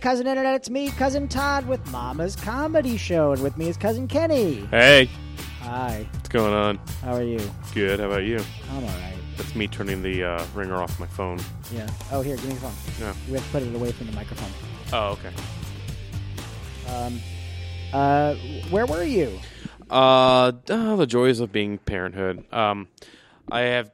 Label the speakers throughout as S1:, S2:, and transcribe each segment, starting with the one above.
S1: cousin Internet, it's me, cousin Todd, with Mama's Comedy Show, and with me is cousin Kenny.
S2: Hey,
S1: Hi,
S2: what's going on?
S1: how are you?
S2: Good. How about you?
S1: I'm all right.
S2: That's me turning the uh, ringer off my phone.
S1: Yeah. Oh, here, give me the phone.
S2: Yeah.
S1: We have to put it away from the microphone.
S2: Oh, okay.
S1: Um, uh, where were you?
S2: Uh, oh, the joys of being parenthood. Um, I have,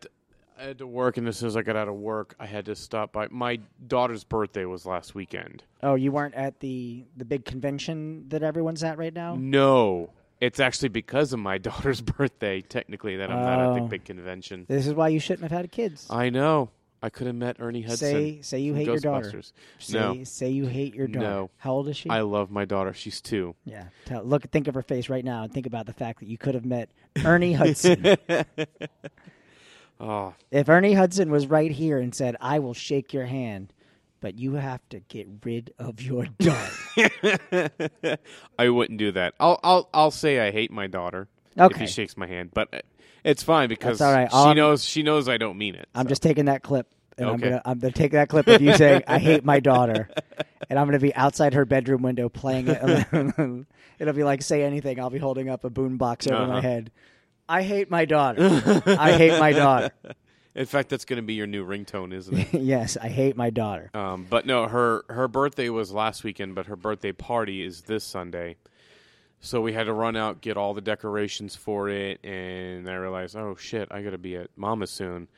S2: I had to work, and as soon as I got out of work, I had to stop by. My daughter's birthday was last weekend.
S1: Oh, you weren't at the the big convention that everyone's at right now.
S2: No, it's actually because of my daughter's birthday, technically, that I'm not at
S1: Oh.
S2: the big convention.
S1: This is why you shouldn't have had kids.
S2: I know. I could have met Ernie Hudson.
S1: Say- say you
S2: from
S1: hate your daughter.
S2: Ghostbusters.
S1: say,
S2: No,
S1: say you hate your daughter.
S2: No.
S1: How old is she?
S2: I love my daughter. She's two.
S1: yeah. Tell, look, think of her face right now, and think about the fact that you could have met Ernie Hudson.
S2: Oh,
S1: if Ernie Hudson was right here and said, "I will shake your hand," but you have to get rid of your daughter.
S2: I wouldn't do that. I'll I'll I'll say I hate my daughter if
S1: Okay.
S2: he shakes my hand, but uh, it's fine because
S1: all right.
S2: she
S1: All I'm-
S2: knows she knows I don't mean it.
S1: I'm just taking that clip. And I'm
S2: Okay.
S1: gonna I'm gonna take that clip of you saying I hate my daughter, and I'm gonna be outside her bedroom window playing it. It'll be like say anything. I'll be holding up a boombox over my
S2: Uh-huh.
S1: head. I hate my daughter. I hate my daughter.
S2: In fact, that's going to be your new ringtone, isn't it?
S1: yes, I hate my daughter.
S2: um, but no, her her birthday was last weekend, but her birthday party is this Sunday. So we had to run out, get all the decorations for it, and I realized, oh shit, I got to be at Mama's soon.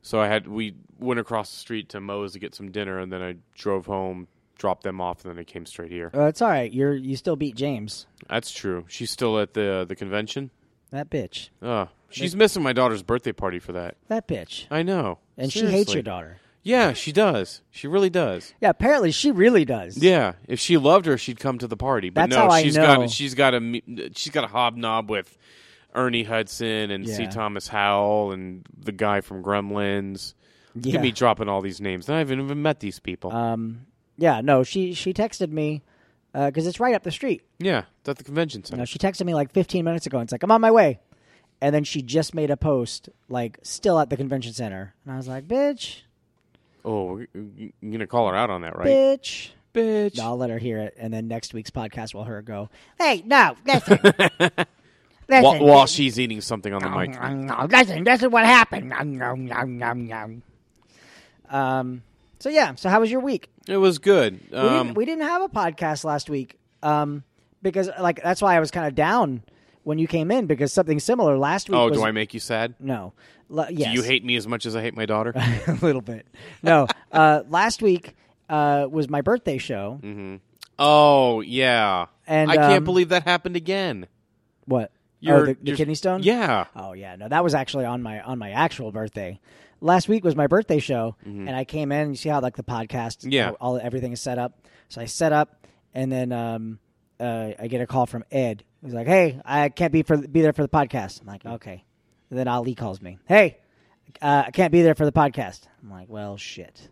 S2: So I had we went across the street to Moe's to get some dinner, and then I drove home, dropped them off, and then I came straight here.
S1: Well, Uh, it's all right. You're you still beat James.
S2: That's true. She's still at the the convention.
S1: That bitch.
S2: Uh, she's missing my daughter's birthday party for that.
S1: That bitch.
S2: I know.
S1: And she hates your
S2: Seriously.
S1: daughter.
S2: Yeah, she does. She really does.
S1: Yeah, apparently she really does.
S2: Yeah, if she loved her, she'd come to the party. But
S1: That's
S2: no,
S1: how I
S2: she's
S1: know.
S2: got she's got a me- she's got a hobnob with Ernie Hudson and C.
S1: Yeah.
S2: Thomas Howell and the guy from Gremlins. Look
S1: Yeah.
S2: at me dropping all these names. I haven't even met these people.
S1: Um. Yeah. No. She she texted me because it's right up the street.
S2: yeah, it's at the convention center.
S1: Now she texted me like 15 minutes ago and it's like, I'm on my way. And then she just made a post, like, still at the convention center. And I was like, bitch,
S2: oh, we're- you're gonna call her out on that, right?
S1: bitch.
S2: Bitch.
S1: No, I'll let her hear it. And then next week's podcast will her go, hey, no, listen. listen,
S2: While, while she's eating something on the mic.
S1: listen, this is what happened. Um, so, yeah. So, how was your week?
S2: It was good.
S1: We,
S2: Um,
S1: didn't, we didn't have a podcast last week um, because, like, that's why I was kind of down when you came in because something similar last week
S2: oh,
S1: was
S2: do I make you sad?
S1: No. L- yes.
S2: Do you hate me as much as I hate my daughter?
S1: a little bit? No. Uh, last week uh, was my birthday show.
S2: Mm-hmm. oh, yeah.
S1: And,
S2: I can't
S1: um,
S2: believe that happened again.
S1: What?
S2: Your-
S1: oh, the, the
S2: your-
S1: kidney stone.
S2: Yeah.
S1: Oh yeah. No, that was actually on my on my actual birthday. Last week was my birthday show, and I came in. You see how like the podcast?
S2: Yeah.
S1: how All everything is set up. So I set up, and then um, uh, I get a call from Ed. He's like, "Hey, I can't be for be there for the podcast." I'm like, "Okay." And then Ali calls me. Hey, uh, I can't be there for the podcast. I'm like, "Well, shit."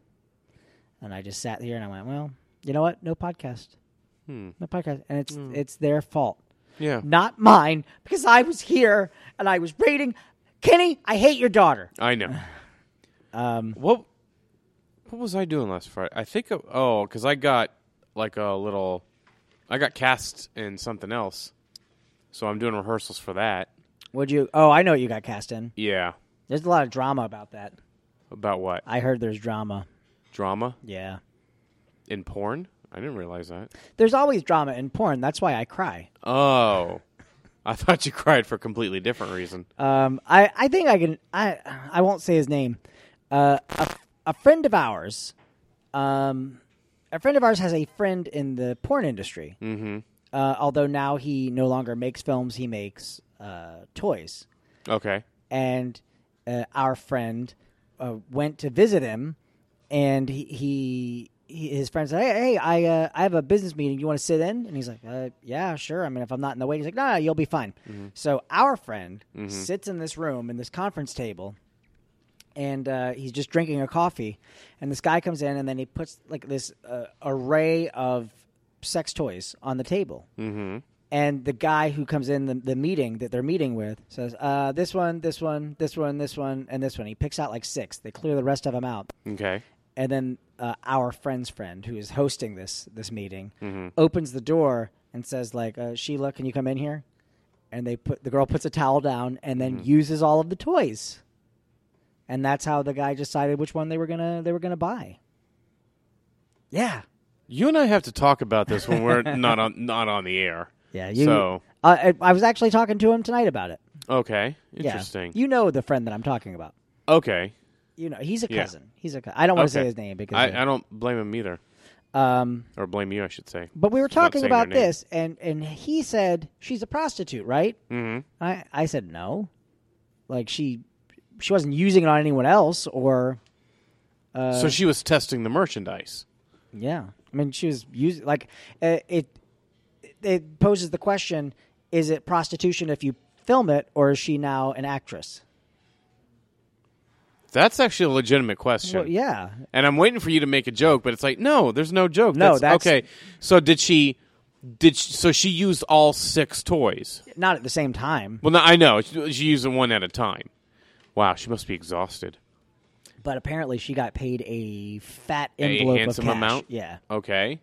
S1: And I just sat here and I went, "Well, you know what? No podcast. No podcast." And it's it's their fault
S2: Yeah.
S1: not mine, because I was here and I was reading. Kenny, I hate your daughter.
S2: I know.
S1: Um,
S2: What What was I doing last Friday? I think, of- oh, because I got like a little, I got cast in something else. So I'm doing rehearsals for that.
S1: Would you? Oh, I know what you got cast in.
S2: Yeah.
S1: There's a lot of drama about that.
S2: About what?
S1: I heard there's drama.
S2: Drama?
S1: Yeah,
S2: In porn? I didn't realize that.
S1: there's always drama in porn. That's why I cry.
S2: Oh. I thought you cried for a completely different reason.
S1: Um, I I think I can. I I won't say his name. Uh, a, a friend of ours, um, a friend of ours has a friend in the porn industry. Mm-hmm. Uh, although now he no longer makes films, he makes uh, toys.
S2: Okay.
S1: and uh, our friend uh, went to visit him, and he, he, he his friend said, "Hey, hey I uh, I have a business meeting. You want to sit in?" And he's like, uh, "Yeah, sure. I mean, if I'm not in the way, he's like, no, no you'll be fine." So our friend sits in this room in this conference table. And uh, he's just drinking a coffee, and this guy comes in, and then he puts like this uh, array of sex toys on the table and the guy who comes in the, the meeting that they're meeting with says, uh, "This one, this one, this one, this one, and this one." He picks out like six. They clear the rest of them out,
S2: Okay.
S1: and then uh, our friend's friend who is hosting this this meeting opens the door and says like uh, Sheila, can you come in here? And they put the girl puts a towel down and then uses all of the toys, and that's how the guy decided which one they were gonna they were gonna buy. Yeah,
S2: You and I have to talk about this when we're not on not on the air.
S1: yeah. You,
S2: So
S1: uh, I, I was actually talking to him tonight about it.
S2: okay,
S1: Yeah.
S2: interesting.
S1: You know the friend that I'm talking about.
S2: Okay,
S1: You know he's a
S2: Yeah.
S1: cousin. He's a. cou- I don't want to say
S2: Okay.
S1: his name because.
S2: I, I don't blame him either,
S1: um,
S2: or blame you, I should say.
S1: But we were
S2: not
S1: talking
S2: saying her
S1: about
S2: name.
S1: this, and and he said she's a prostitute, right?
S2: Mhm.
S1: I I said no, like she she wasn't using it on anyone else, or
S2: so she was testing the merchandise.
S1: yeah, I mean she was using like uh, it. It poses the question: Is it prostitution if you film it, or is she now an actress?
S2: That's actually a legitimate question.
S1: Well, yeah,
S2: And I'm waiting for you to make a joke, but it's like, no, there's no joke.
S1: No, that's-
S2: okay. So did she? Did she, so? She used all six toys.
S1: not at the same time,
S2: Well, no, I know she, she used them one at a time. Wow, she must be exhausted.
S1: but apparently she got paid a fat
S2: A
S1: envelope
S2: handsome
S1: of cash.
S2: amount?
S1: Yeah,
S2: Okay.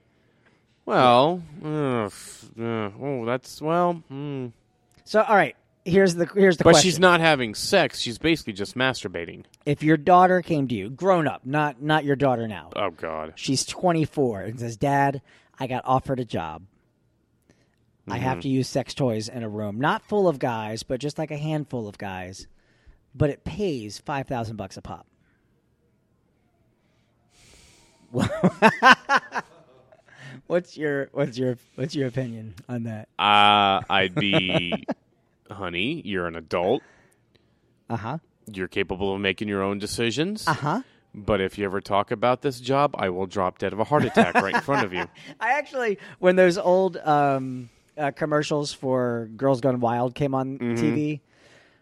S2: Well, uh, f- uh, oh, that's well. Mm.
S1: so all right. Here's the here's the
S2: But
S1: question.
S2: she's not having sex. She's basically just masturbating.
S1: if your daughter came to you, grown up, not not your daughter now.
S2: Oh God.
S1: She's 24 and says, "Dad, I got offered a job.
S2: Mm-hmm.
S1: I have to use sex toys in a room, not full of guys, but just like a handful of guys, but it pays 5,000 bucks a pop." what's your what's your what's your opinion on that?
S2: Uh, I'd be, honey. You're an adult.
S1: Uh-huh.
S2: You're capable of making your own decisions.
S1: Huh?
S2: But if you ever talk about this job, I will drop dead of a heart attack right in front of you.
S1: I actually, when those old um, uh, commercials for Girls Gone Wild came on TV,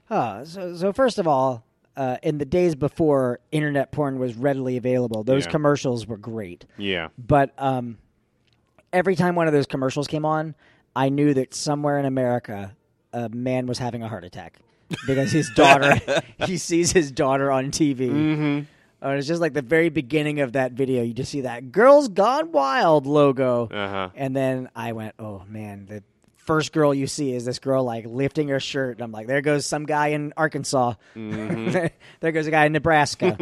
S1: uh, so so first of all, uh, in the days before internet porn was readily available, those
S2: Yeah.
S1: commercials were great.
S2: Yeah.
S1: But um, every time one of those commercials came on, I knew that somewhere in America, a man was having a heart attack because his daughter, he sees his daughter on TV. Mm-hmm. And it's just like the very beginning of that video. You just see that "Girls Gone Wild" logo,
S2: Uh-huh.
S1: and then I went, "Oh man!" The first girl you see is this girl like lifting her shirt. And I'm like, "There goes some guy in Arkansas. there goes a guy in Nebraska."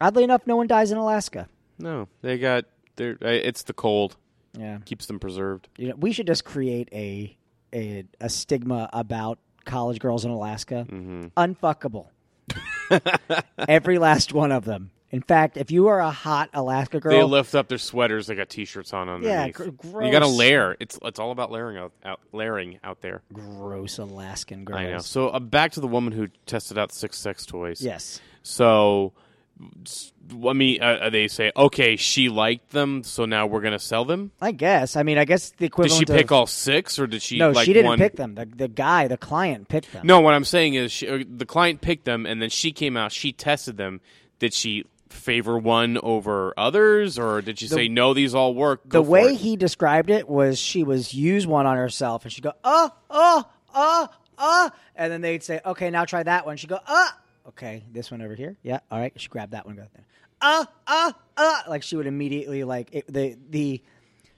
S1: Oddly enough, no one dies in Alaska.
S2: No, they got they're uh, It's the cold
S1: Yeah.
S2: keeps them preserved.
S1: you know, we should just create a a, a stigma about college girls in Alaska.
S2: Mm-hmm.
S1: Unfuckable. Every last one of them. In fact, if you are a hot Alaska
S2: They
S1: girl,
S2: lift up their sweaters. They got t-shirts on underneath.
S1: gr-
S2: You got to
S1: gross.
S2: layer. It's it's all about layering out, out layering out there.
S1: gross Alaskan girls.
S2: I know. So uh, back to the woman who tested out six sex toys.
S1: Yes.
S2: So, s- I mean, uh, they say, okay, she liked them, so now we're gonna sell them.
S1: I guess. I mean, I guess the
S2: Did
S1: equivalent
S2: she pick
S1: of
S2: all six, or did she?
S1: No,
S2: like
S1: she didn't
S2: one...
S1: pick them. The the guy, the client picked them.
S2: No, what I'm saying is she, uh, the client picked them, and then she came out. She tested them. Did she favor one over others, or did she say no? These all work.
S1: the
S2: Go for
S1: way
S2: it."
S1: he described it was she was use one on herself and she'd go uh uh uh uh and then they'd say okay now try that one she'd go uh okay this one over here yeah all right she grabbed that one go there uh uh uh like she would immediately like it, the the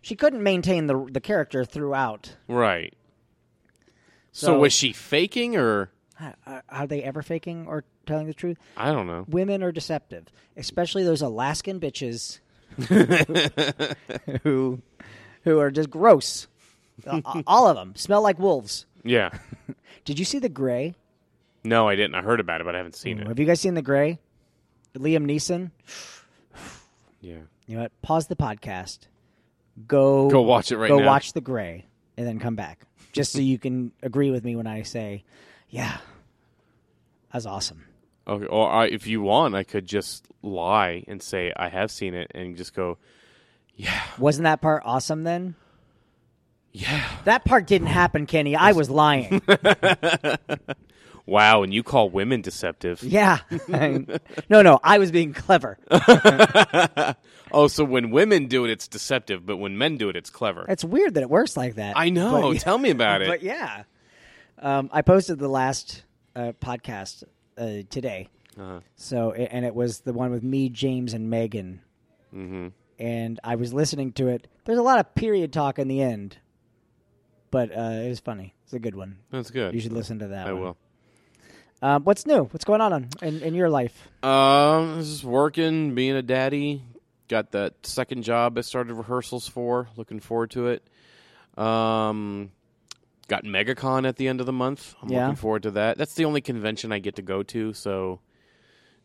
S1: she couldn't maintain the the character throughout
S2: right. So,
S1: So-
S2: was she faking, or
S1: Are- are are they ever faking or telling the truth
S2: I don't know?
S1: women are deceptive, especially those Alaskan bitches who who are just gross. A- All of them smell like wolves.
S2: Yeah.
S1: Did you see The Gray?
S2: No, I didn't. I heard about it, but I haven't seen it.
S1: Have you guys seen The Gray? Liam Neeson.
S2: Yeah.
S1: You know what? Pause the podcast. Go
S2: Go watch it right
S1: go
S2: now.
S1: watch The Gray and then come back just so you can agree with me when I say, yeah, that's awesome.
S2: Okay. Or I, if you want, I could just lie and say I have seen it, and just go,
S1: Wasn't that part awesome then?
S2: yeah,
S1: That part didn't happen, Kenny. I was lying.
S2: wow. And you call women deceptive?
S1: Yeah. no, no, I was being clever.
S2: Oh, so when women do it, it's deceptive, but when men do it, it's clever.
S1: It's weird that it works like that.
S2: I know.
S1: But,
S2: Tell me about it.
S1: but yeah. Um, I posted the last uh, podcast uh, today.
S2: Uh-huh.
S1: So a- and it was the one with me, James, and Megan.
S2: Mm-hmm.
S1: And I was listening to it. There's a lot of period talk in the end, but uh, it was funny. It's a good one.
S2: That's good.
S1: You should listen to that.
S2: I
S1: one.
S2: will.
S1: Um, what's new? What's going on on- in, in your life?
S2: Um, this is working, being a daddy. Got that second job I started rehearsals for. Looking forward to it. Um, got MegaCon at the end of the month. I'm
S1: Yeah.
S2: looking forward to that. That's the only convention I get to go to, so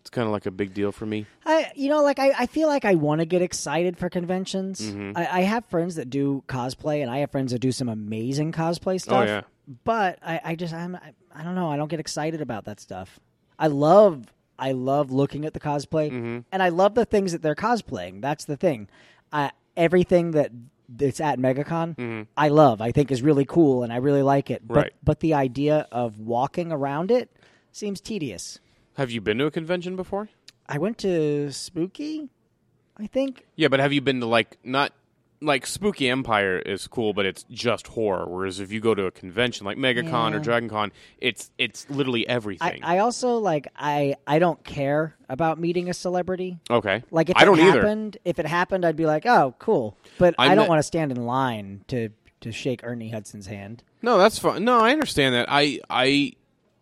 S2: it's kind of like a big deal for me.
S1: I, you know, like I, I feel like I want to get excited for conventions.
S2: Mm-hmm.
S1: I, I have friends that do cosplay, and I have friends that do some amazing cosplay stuff.
S2: Oh, yeah.
S1: But I, I just, I'm, I, I don't know. I don't get excited about that stuff. I love, I love looking at the cosplay,
S2: Mm-hmm.
S1: and I love the things that they're cosplaying. That's the thing. I, everything that that's at MegaCon, I love. I think is really cool, and I really like it. But,
S2: Mm-hmm. Right.
S1: But the idea of walking around it seems tedious.
S2: Have you been to a convention before?
S1: I went to Spooky, I think.
S2: Yeah, but have you been to like not like Spooky Empire is cool, but it's just horror. Whereas if you go to a convention like MegaCon or
S1: Yeah.
S2: Dragon Con, it's it's literally
S1: I,
S2: everything.
S1: I also like I I don't care about meeting a celebrity.
S2: okay,
S1: Like if
S2: I don't
S1: it
S2: either.
S1: happened, if it happened, I'd be like, oh, cool. But I'm I
S2: I'm
S1: do not
S2: not-
S1: want to stand in line to to shake Ernie Hudson's hand.
S2: No, that's fine. No, I understand that. I I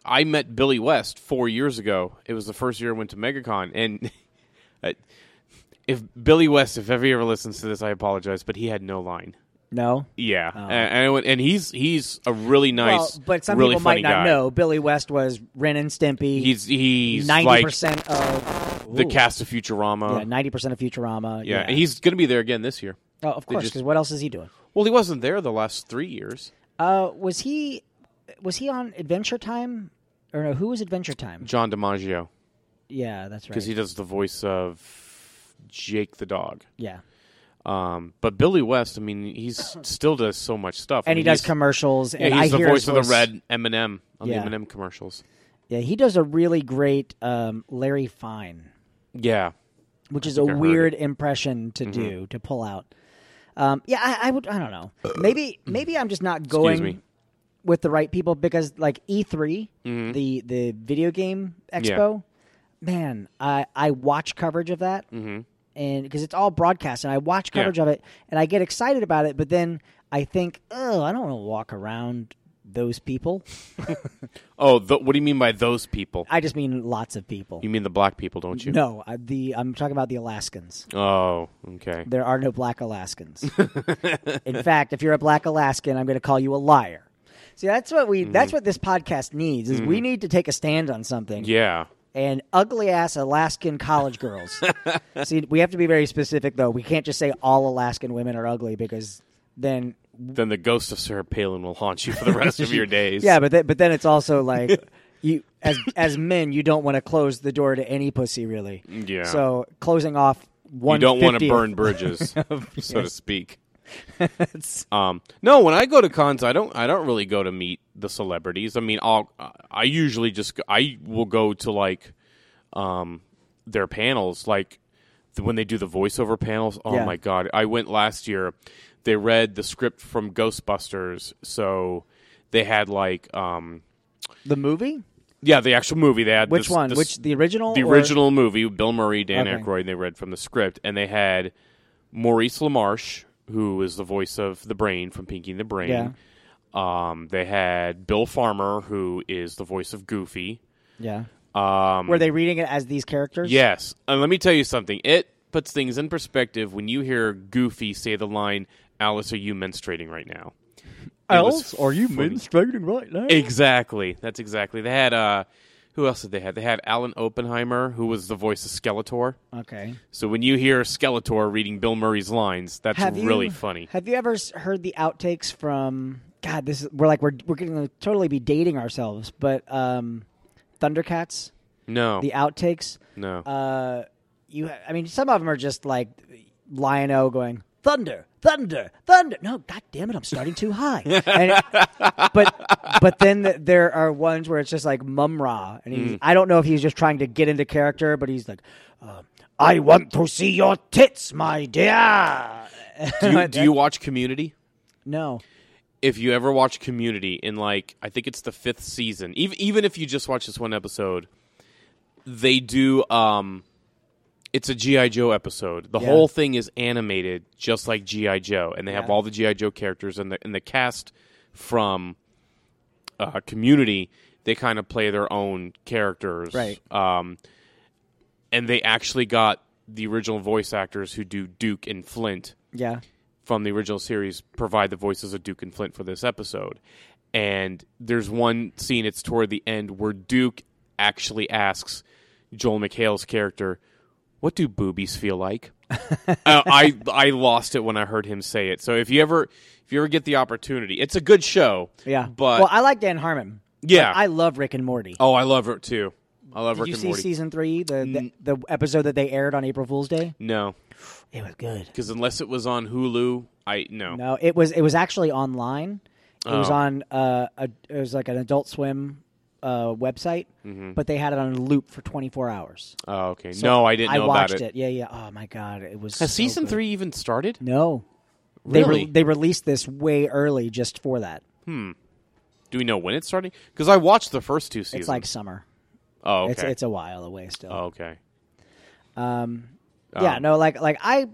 S2: I met Billy West four years ago. It was the first year I went to MegaCon, and I, if Billy West, if ever he ever listens to this, I apologize, but he had no line.
S1: No.
S2: Yeah, and, and, I went- and he's he's a really nice,
S1: Oh. well, but some
S2: really
S1: people might
S2: funny
S1: not
S2: guy.
S1: know Billy West was Ren and Stimpy.
S2: He's he's
S1: ninety
S2: like
S1: percent of
S2: the
S1: ooh,
S2: cast of Futurama.
S1: Yeah, ninety percent of Futurama.
S2: Yeah, and he's going to be there again this year.
S1: oh, of course.
S2: just-
S1: Because what else is he doing?
S2: Well, he wasn't there the last three years.
S1: Uh, was he was he on Adventure Time? Or no, who was Adventure Time?
S2: John DiMaggio,
S1: Yeah, that's right.
S2: because he does the voice of Jake the dog.
S1: yeah.
S2: Um, but Billy West, I mean, he's still does so much stuff, I
S1: and he
S2: mean,
S1: does
S2: he's-
S1: commercials.
S2: Yeah,
S1: and
S2: he's
S1: I
S2: the
S1: hear
S2: voice
S1: his
S2: of the red Eminem on
S1: Yeah.
S2: the Eminem commercials.
S1: Yeah, he does a really great um, Larry Fine,
S2: Yeah,
S1: which is a
S2: I heard Mm-hmm.
S1: weird impression to do to pull out. Um, yeah, I, I would. I don't know. Maybe maybe I'm just not going
S2: Uh, mm-hmm. me.
S1: with the right people because like E3,
S2: Mm-hmm.
S1: the the video game expo, man, I I watch coverage of that,
S2: Mm-hmm.
S1: and because it's all broadcast, and I watch coverage of it, and I get excited about it, but then I think, oh, I don't want to walk around those people.
S2: Oh, th what do you mean by those people?
S1: I just mean lots of people.
S2: You mean the black people, don't you?
S1: No, I, the I'm talking about the Alaskans.
S2: Oh, okay.
S1: There are no black Alaskans. In fact, if you're a black Alaskan, I'm going to call you a liar. See, that's what
S2: Mm-hmm.
S1: we that's what this podcast needs is we need to take a stand on something.
S2: Yeah,
S1: And ugly ass Alaskan college girls. See, we have to be very specific though. We can't just say all Alaskan women are ugly because then
S2: then the ghost of Sarah Palin will haunt you for the rest of your days.
S1: yeah, but then, but then it's also like you as as men, you don't want to close the door to any pussy really.
S2: Yeah.
S1: So closing off one
S2: you don't want to
S1: 50th
S2: burn bridges, so to speak.
S1: It's-
S2: Um, no, when I go to cons, I don't. I don't really go to meet the celebrities. I mean, I'll. I usually just. go- I will go to like, um, their panels. Like th- when they do the voiceover panels. Oh
S1: Yeah.
S2: my god! I went last year. They read the script from Ghostbusters, so they had like, um,
S1: the movie.
S2: yeah, the actual movie. They had
S1: Which
S2: this-
S1: one?
S2: this-
S1: Which the original?
S2: the
S1: or-
S2: original movie, Bill Murray, Dan
S1: Okay.
S2: Aykroyd, they read from the script, and they had Maurice LaMarche, who is the voice of the Brain from Pinky and the Brain.
S1: Yeah.
S2: Um, they had Bill Farmer, who is the voice of Goofy.
S1: Yeah.
S2: Um,
S1: Were they reading it as these characters?
S2: yes, and let me tell you something. It puts things in perspective when you hear Goofy say the line, "Alice, are you menstruating right now?" It was funny.
S1: menstruating right now?
S2: Exactly. That's exactly. They had uh, who else did they have? They had Alan Oppenheimer, who was the voice of Skeletor.
S1: okay.
S2: So when you hear Skeletor reading Bill Murray's lines, that's
S1: Have you,
S2: really funny.
S1: Have you ever s- heard the outtakes from? God, this is we're like we're we're going to totally be dating ourselves, but um, Thundercats
S2: No,
S1: the outtakes.
S2: no.
S1: Uh, you, I mean, some of them are just like Lion O going thunder, thunder, thunder. No, god damn it, I'm starting too high. and but but then th- there are ones where it's just like Mumra, and
S2: Mm.
S1: he's, I don't know if he's just trying to get into character, but he's like, uh, I want to see your tits, my dear.
S2: do, you, do you watch Community?
S1: No,
S2: If you ever watch Community in like I think it's the fifth season, even even if you just watch this one episode, they do um it's a GI Joe episode. The
S1: Yeah.
S2: whole thing is animated just like GI Joe and they have
S1: Yeah.
S2: all the GI Joe characters and the and the cast from uh community they kind of play their own characters.
S1: Right.
S2: Um and they actually got the original voice actors who do Duke and Flint
S1: Yeah.
S2: from the original series provide the voices of Duke and Flint for this episode. And there's one scene, it's toward the end, where Duke actually asks Joel McHale's character, What do boobies feel like? uh, I I lost it when I heard him say it. So if you ever if you ever get the opportunity, it's a good show.
S1: Yeah.
S2: But
S1: well, I like Dan Harmon.
S2: yeah.
S1: I love Rick and Morty.
S2: oh, I love it too. I love
S1: Did
S2: Rick
S1: you
S2: and
S1: see
S2: Morty. Mm.
S1: season three, the, the the episode that they aired on April Fool's Day?
S2: no,
S1: It was good.
S2: because unless it was on Hulu, I no.
S1: No, it was it was actually online. It was
S2: Oh.
S1: on uh, a it was like an Adult Swim uh, website, but they had it on a loop for 24 hours.
S2: Mm-hmm. Oh, okay. no, I didn't know
S1: I watched
S2: about it.
S1: it. Yeah, yeah. Oh my god, it was
S2: Has
S1: so
S2: season
S1: good.
S2: three even started?
S1: No, they
S2: Really?
S1: they released this way early just for that.
S2: Do we know when it's starting? Because I watched the first two seasons.
S1: It's like summer.
S2: oh, okay.
S1: It's it's a while away still.
S2: oh, okay.
S1: yeah,
S2: Um,
S1: no, like like I,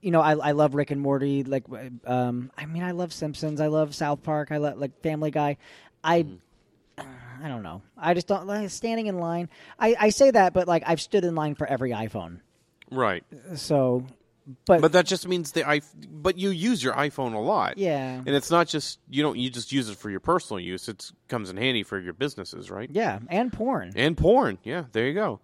S1: you know, I I love Rick and Morty. Like, um, I mean, I love Simpsons. I love South Park. I love like Family Guy. I.
S2: Mm-hmm.
S1: I don't know. I just don't like standing in line. I, I say that, but like I've stood in line for every iPhone.
S2: Right.
S1: So,
S2: But that just means the i. But you use your iPhone a lot.
S1: Yeah.
S2: And it's not just you don't you just use it for your personal use. It comes in handy for your businesses, right?
S1: yeah, and porn.
S2: And porn. Yeah. There you go.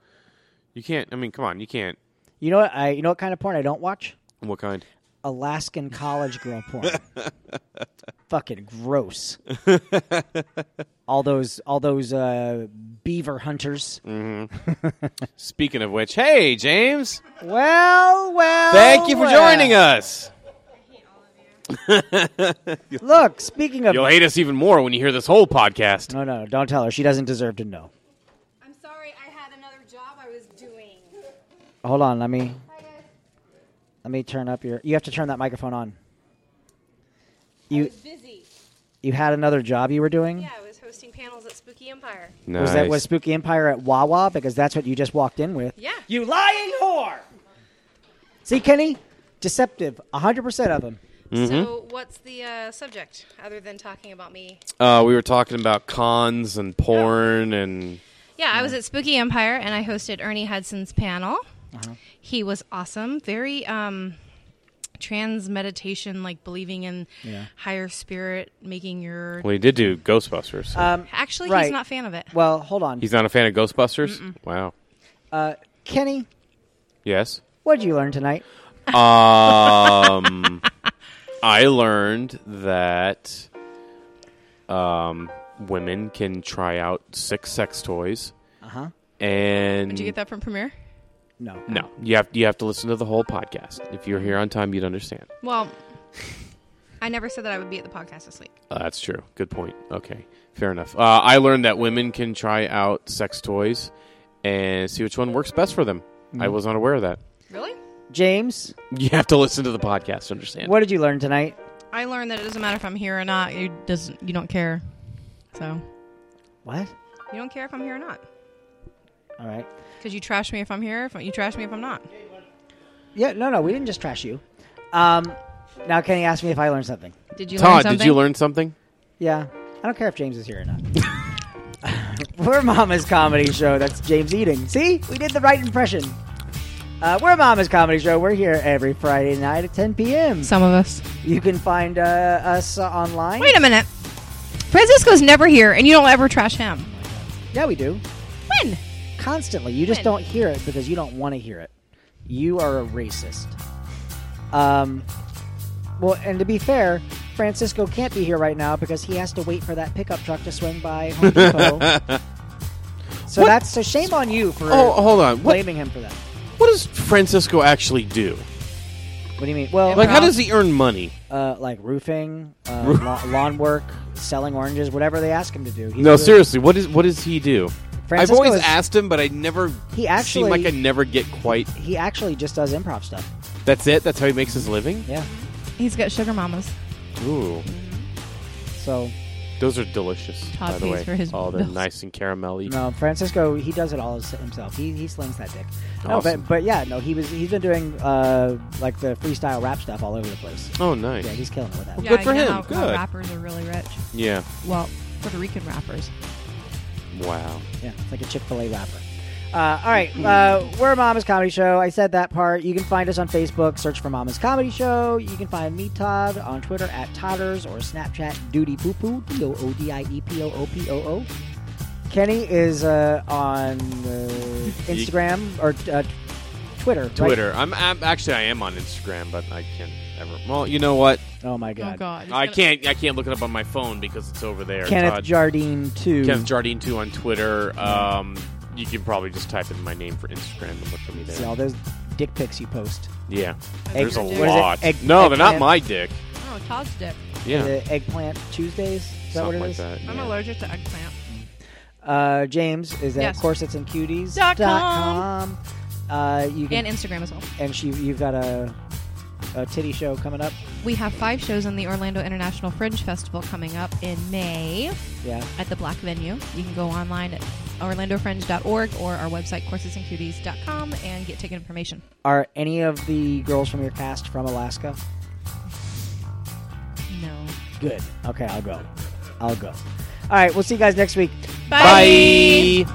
S2: You can't. I mean, come on. You can't.
S1: You know what? I you know what kind of porn I don't watch?
S2: What kind?
S1: Alaskan college girl porn. Fucking gross. all those all those uh, beaver hunters.
S2: Speaking of which, hey James,
S1: Well, well.
S2: thank you for
S1: well.
S2: joining us.
S1: Look, speaking of
S2: You'll hate us even more when you hear this whole podcast.
S1: No, no, no, don't tell her. She doesn't deserve to know.
S3: I'm sorry, I had another job I was doing.
S1: Hold on, let me let me turn up your You have to turn that microphone on.
S3: I
S1: You
S3: was busy.
S1: you had another job you were doing?
S3: Yeah, I was hosting panels at Spooky Empire.
S1: Was that was Spooky Empire at Wawa because that's what you just walked in with?
S3: Yeah.
S1: You lying whore. See, Kenny, deceptive, 100% of them. Mm-hmm.
S3: So, what's the uh, subject other than talking about me?
S2: Uh, we were talking about cons and porn and
S3: Yeah, I was at Spooky Empire and I hosted Ernie Hudson's panel.
S1: Uh-huh.
S3: He was awesome. Very um, trans meditation, like believing in
S1: Yeah.
S3: higher spirit, making your.
S2: Well, he did do Ghostbusters. so-
S1: Um,
S3: Actually,
S1: right.
S3: he's not a fan of it.
S1: well, hold on.
S2: He's not a fan of Ghostbusters. Wow.
S1: Uh, Kenny,
S2: Yes.
S1: what did you learn tonight?
S2: Um, I learned that um, women can try out six sex toys,
S1: Uh-huh.
S2: and
S1: Mm.
S3: Did you get that from Premiere?
S1: No.
S2: no, you have you have to listen to the whole podcast. If you're here on time, you'd understand.
S3: Well, I never said that I would be at the podcast this week.
S2: Uh, that's true. Good point. Okay, fair enough. Uh, I learned that women can try out sex toys and see which one works best for them. I was unaware of that.
S3: Really?
S1: James,
S2: Mm. You have to listen to the podcast to understand.
S1: what did you learn tonight?
S3: I learned that it doesn't matter if I'm here or not. You doesn't. You don't care. So
S1: What?
S3: you don't care if I'm here or not
S1: All right.
S3: because you trash me if I'm here. If you trash me if I'm not.
S1: Yeah, no, no, we didn't just trash you. Um, now Kenny asked me if I learned something.
S3: Did you? learn
S2: Todd,
S3: something?
S2: did you learn something?
S1: Yeah, I don't care if James is here or not. we're Mama's Comedy Show. That's James eating. See, we did the right impression. Uh, we're Mama's Comedy Show. We're here every Friday night at 10 p.m.
S3: Some of us.
S1: You can find uh, us uh, online.
S3: Wait a minute. Francisco's never here, and you don't ever trash him.
S1: Yeah, we do.
S3: When?
S1: Constantly. You just
S3: When?
S1: don't hear it because you don't want to hear it. You are a racist. Um, well, and to be fair, Francisco can't be here right now because he has to wait for that pickup truck to swing by Home Depot. so
S2: What?
S1: that's so shame on you for
S2: Oh, hold on. What,
S1: blaming him for that.
S2: what does Francisco actually do?
S1: What do you mean? Well,
S2: Like, how
S3: Well-
S2: does he earn money?
S1: uh, like roofing, uh,
S2: Roof-
S1: la- lawn work, selling oranges, whatever they ask him to do. He's
S2: No,
S1: a-
S2: seriously, what is what does he do? I've
S1: Francisco
S2: always
S1: is-
S2: asked him, but I never
S1: He
S2: seem
S1: actually-
S2: like I never get quite.
S1: He actually just does improv stuff.
S2: That's it. That's how he makes his living.
S1: Yeah.
S3: He's got sugar mamas.
S2: Ooh,
S1: So
S2: Those are delicious,
S3: Todd
S2: by the
S3: pays
S2: way.
S3: for his
S2: oh, they're
S3: bills.
S2: nice and caramelly.
S1: No, Francisco, he does it all his- himself. He he slings that dick. No,
S2: Awesome.
S1: but but yeah, no, he was he's been doing uh like the freestyle rap stuff all over the place.
S2: Oh, nice.
S1: Yeah, he's killing it with that.
S3: Yeah,
S2: good for
S3: you know
S2: him.
S3: How, how
S2: Good.
S3: rappers are really rich.
S2: Yeah.
S3: Well, Puerto Rican rappers.
S2: Wow.
S1: Yeah, it's like a Chick Fil A rapper. Uh, all right, uh, we're Mama's Comedy Show. I said that part. You can find us on Facebook. Search for Mama's Comedy Show. You can find me Todd on Twitter at Todders or Snapchat Duty Poo Poo D O O D I E P O O P O O. Kenny is uh, on uh, Instagram or uh, Twitter. right?
S2: Twitter. I'm, I'm actually I am on Instagram, but I can't ever. Well, you know what?
S1: Oh my God.
S3: Oh God.
S2: I can't I can't look it up on my phone because it's over there.
S1: Kenneth
S2: Todd.
S1: Jardine too.
S2: Kenneth Jardine too on Twitter. Um, you can probably just type in my name for Instagram and look for me
S1: See
S2: there.
S1: all those dick pics you post.
S2: Yeah,
S1: Egg-
S2: there's a
S1: what is it?
S2: lot.
S1: Egg-
S2: no, they're not
S1: eggplant?
S2: my dick.
S3: Oh, Todd's dick.
S2: Yeah,
S1: The eggplant Tuesdays. Is that
S2: something
S1: what it
S2: like
S1: is?
S2: that.
S3: I'm
S2: yeah.
S3: allergic to eggplant.
S1: Uh, James is at
S3: Yes.
S1: corsets and cuties
S3: Dot
S1: com. Uh, you
S2: Mm-hmm.
S1: can,
S3: And
S1: and,
S3: Instagram as well.
S1: she you've got a a titty show coming up.
S3: We have five shows on the Orlando International Fringe Festival coming up in May
S1: Yeah,
S3: at the Black Venue. You can go online at orlandofringe.org or our website coursesandcuties.com and get ticket information.
S1: are any of the girls from your cast from Alaska?
S3: No.
S1: Good. Okay, I'll go. I'll go. All right, we'll see you guys next week.
S2: Bye.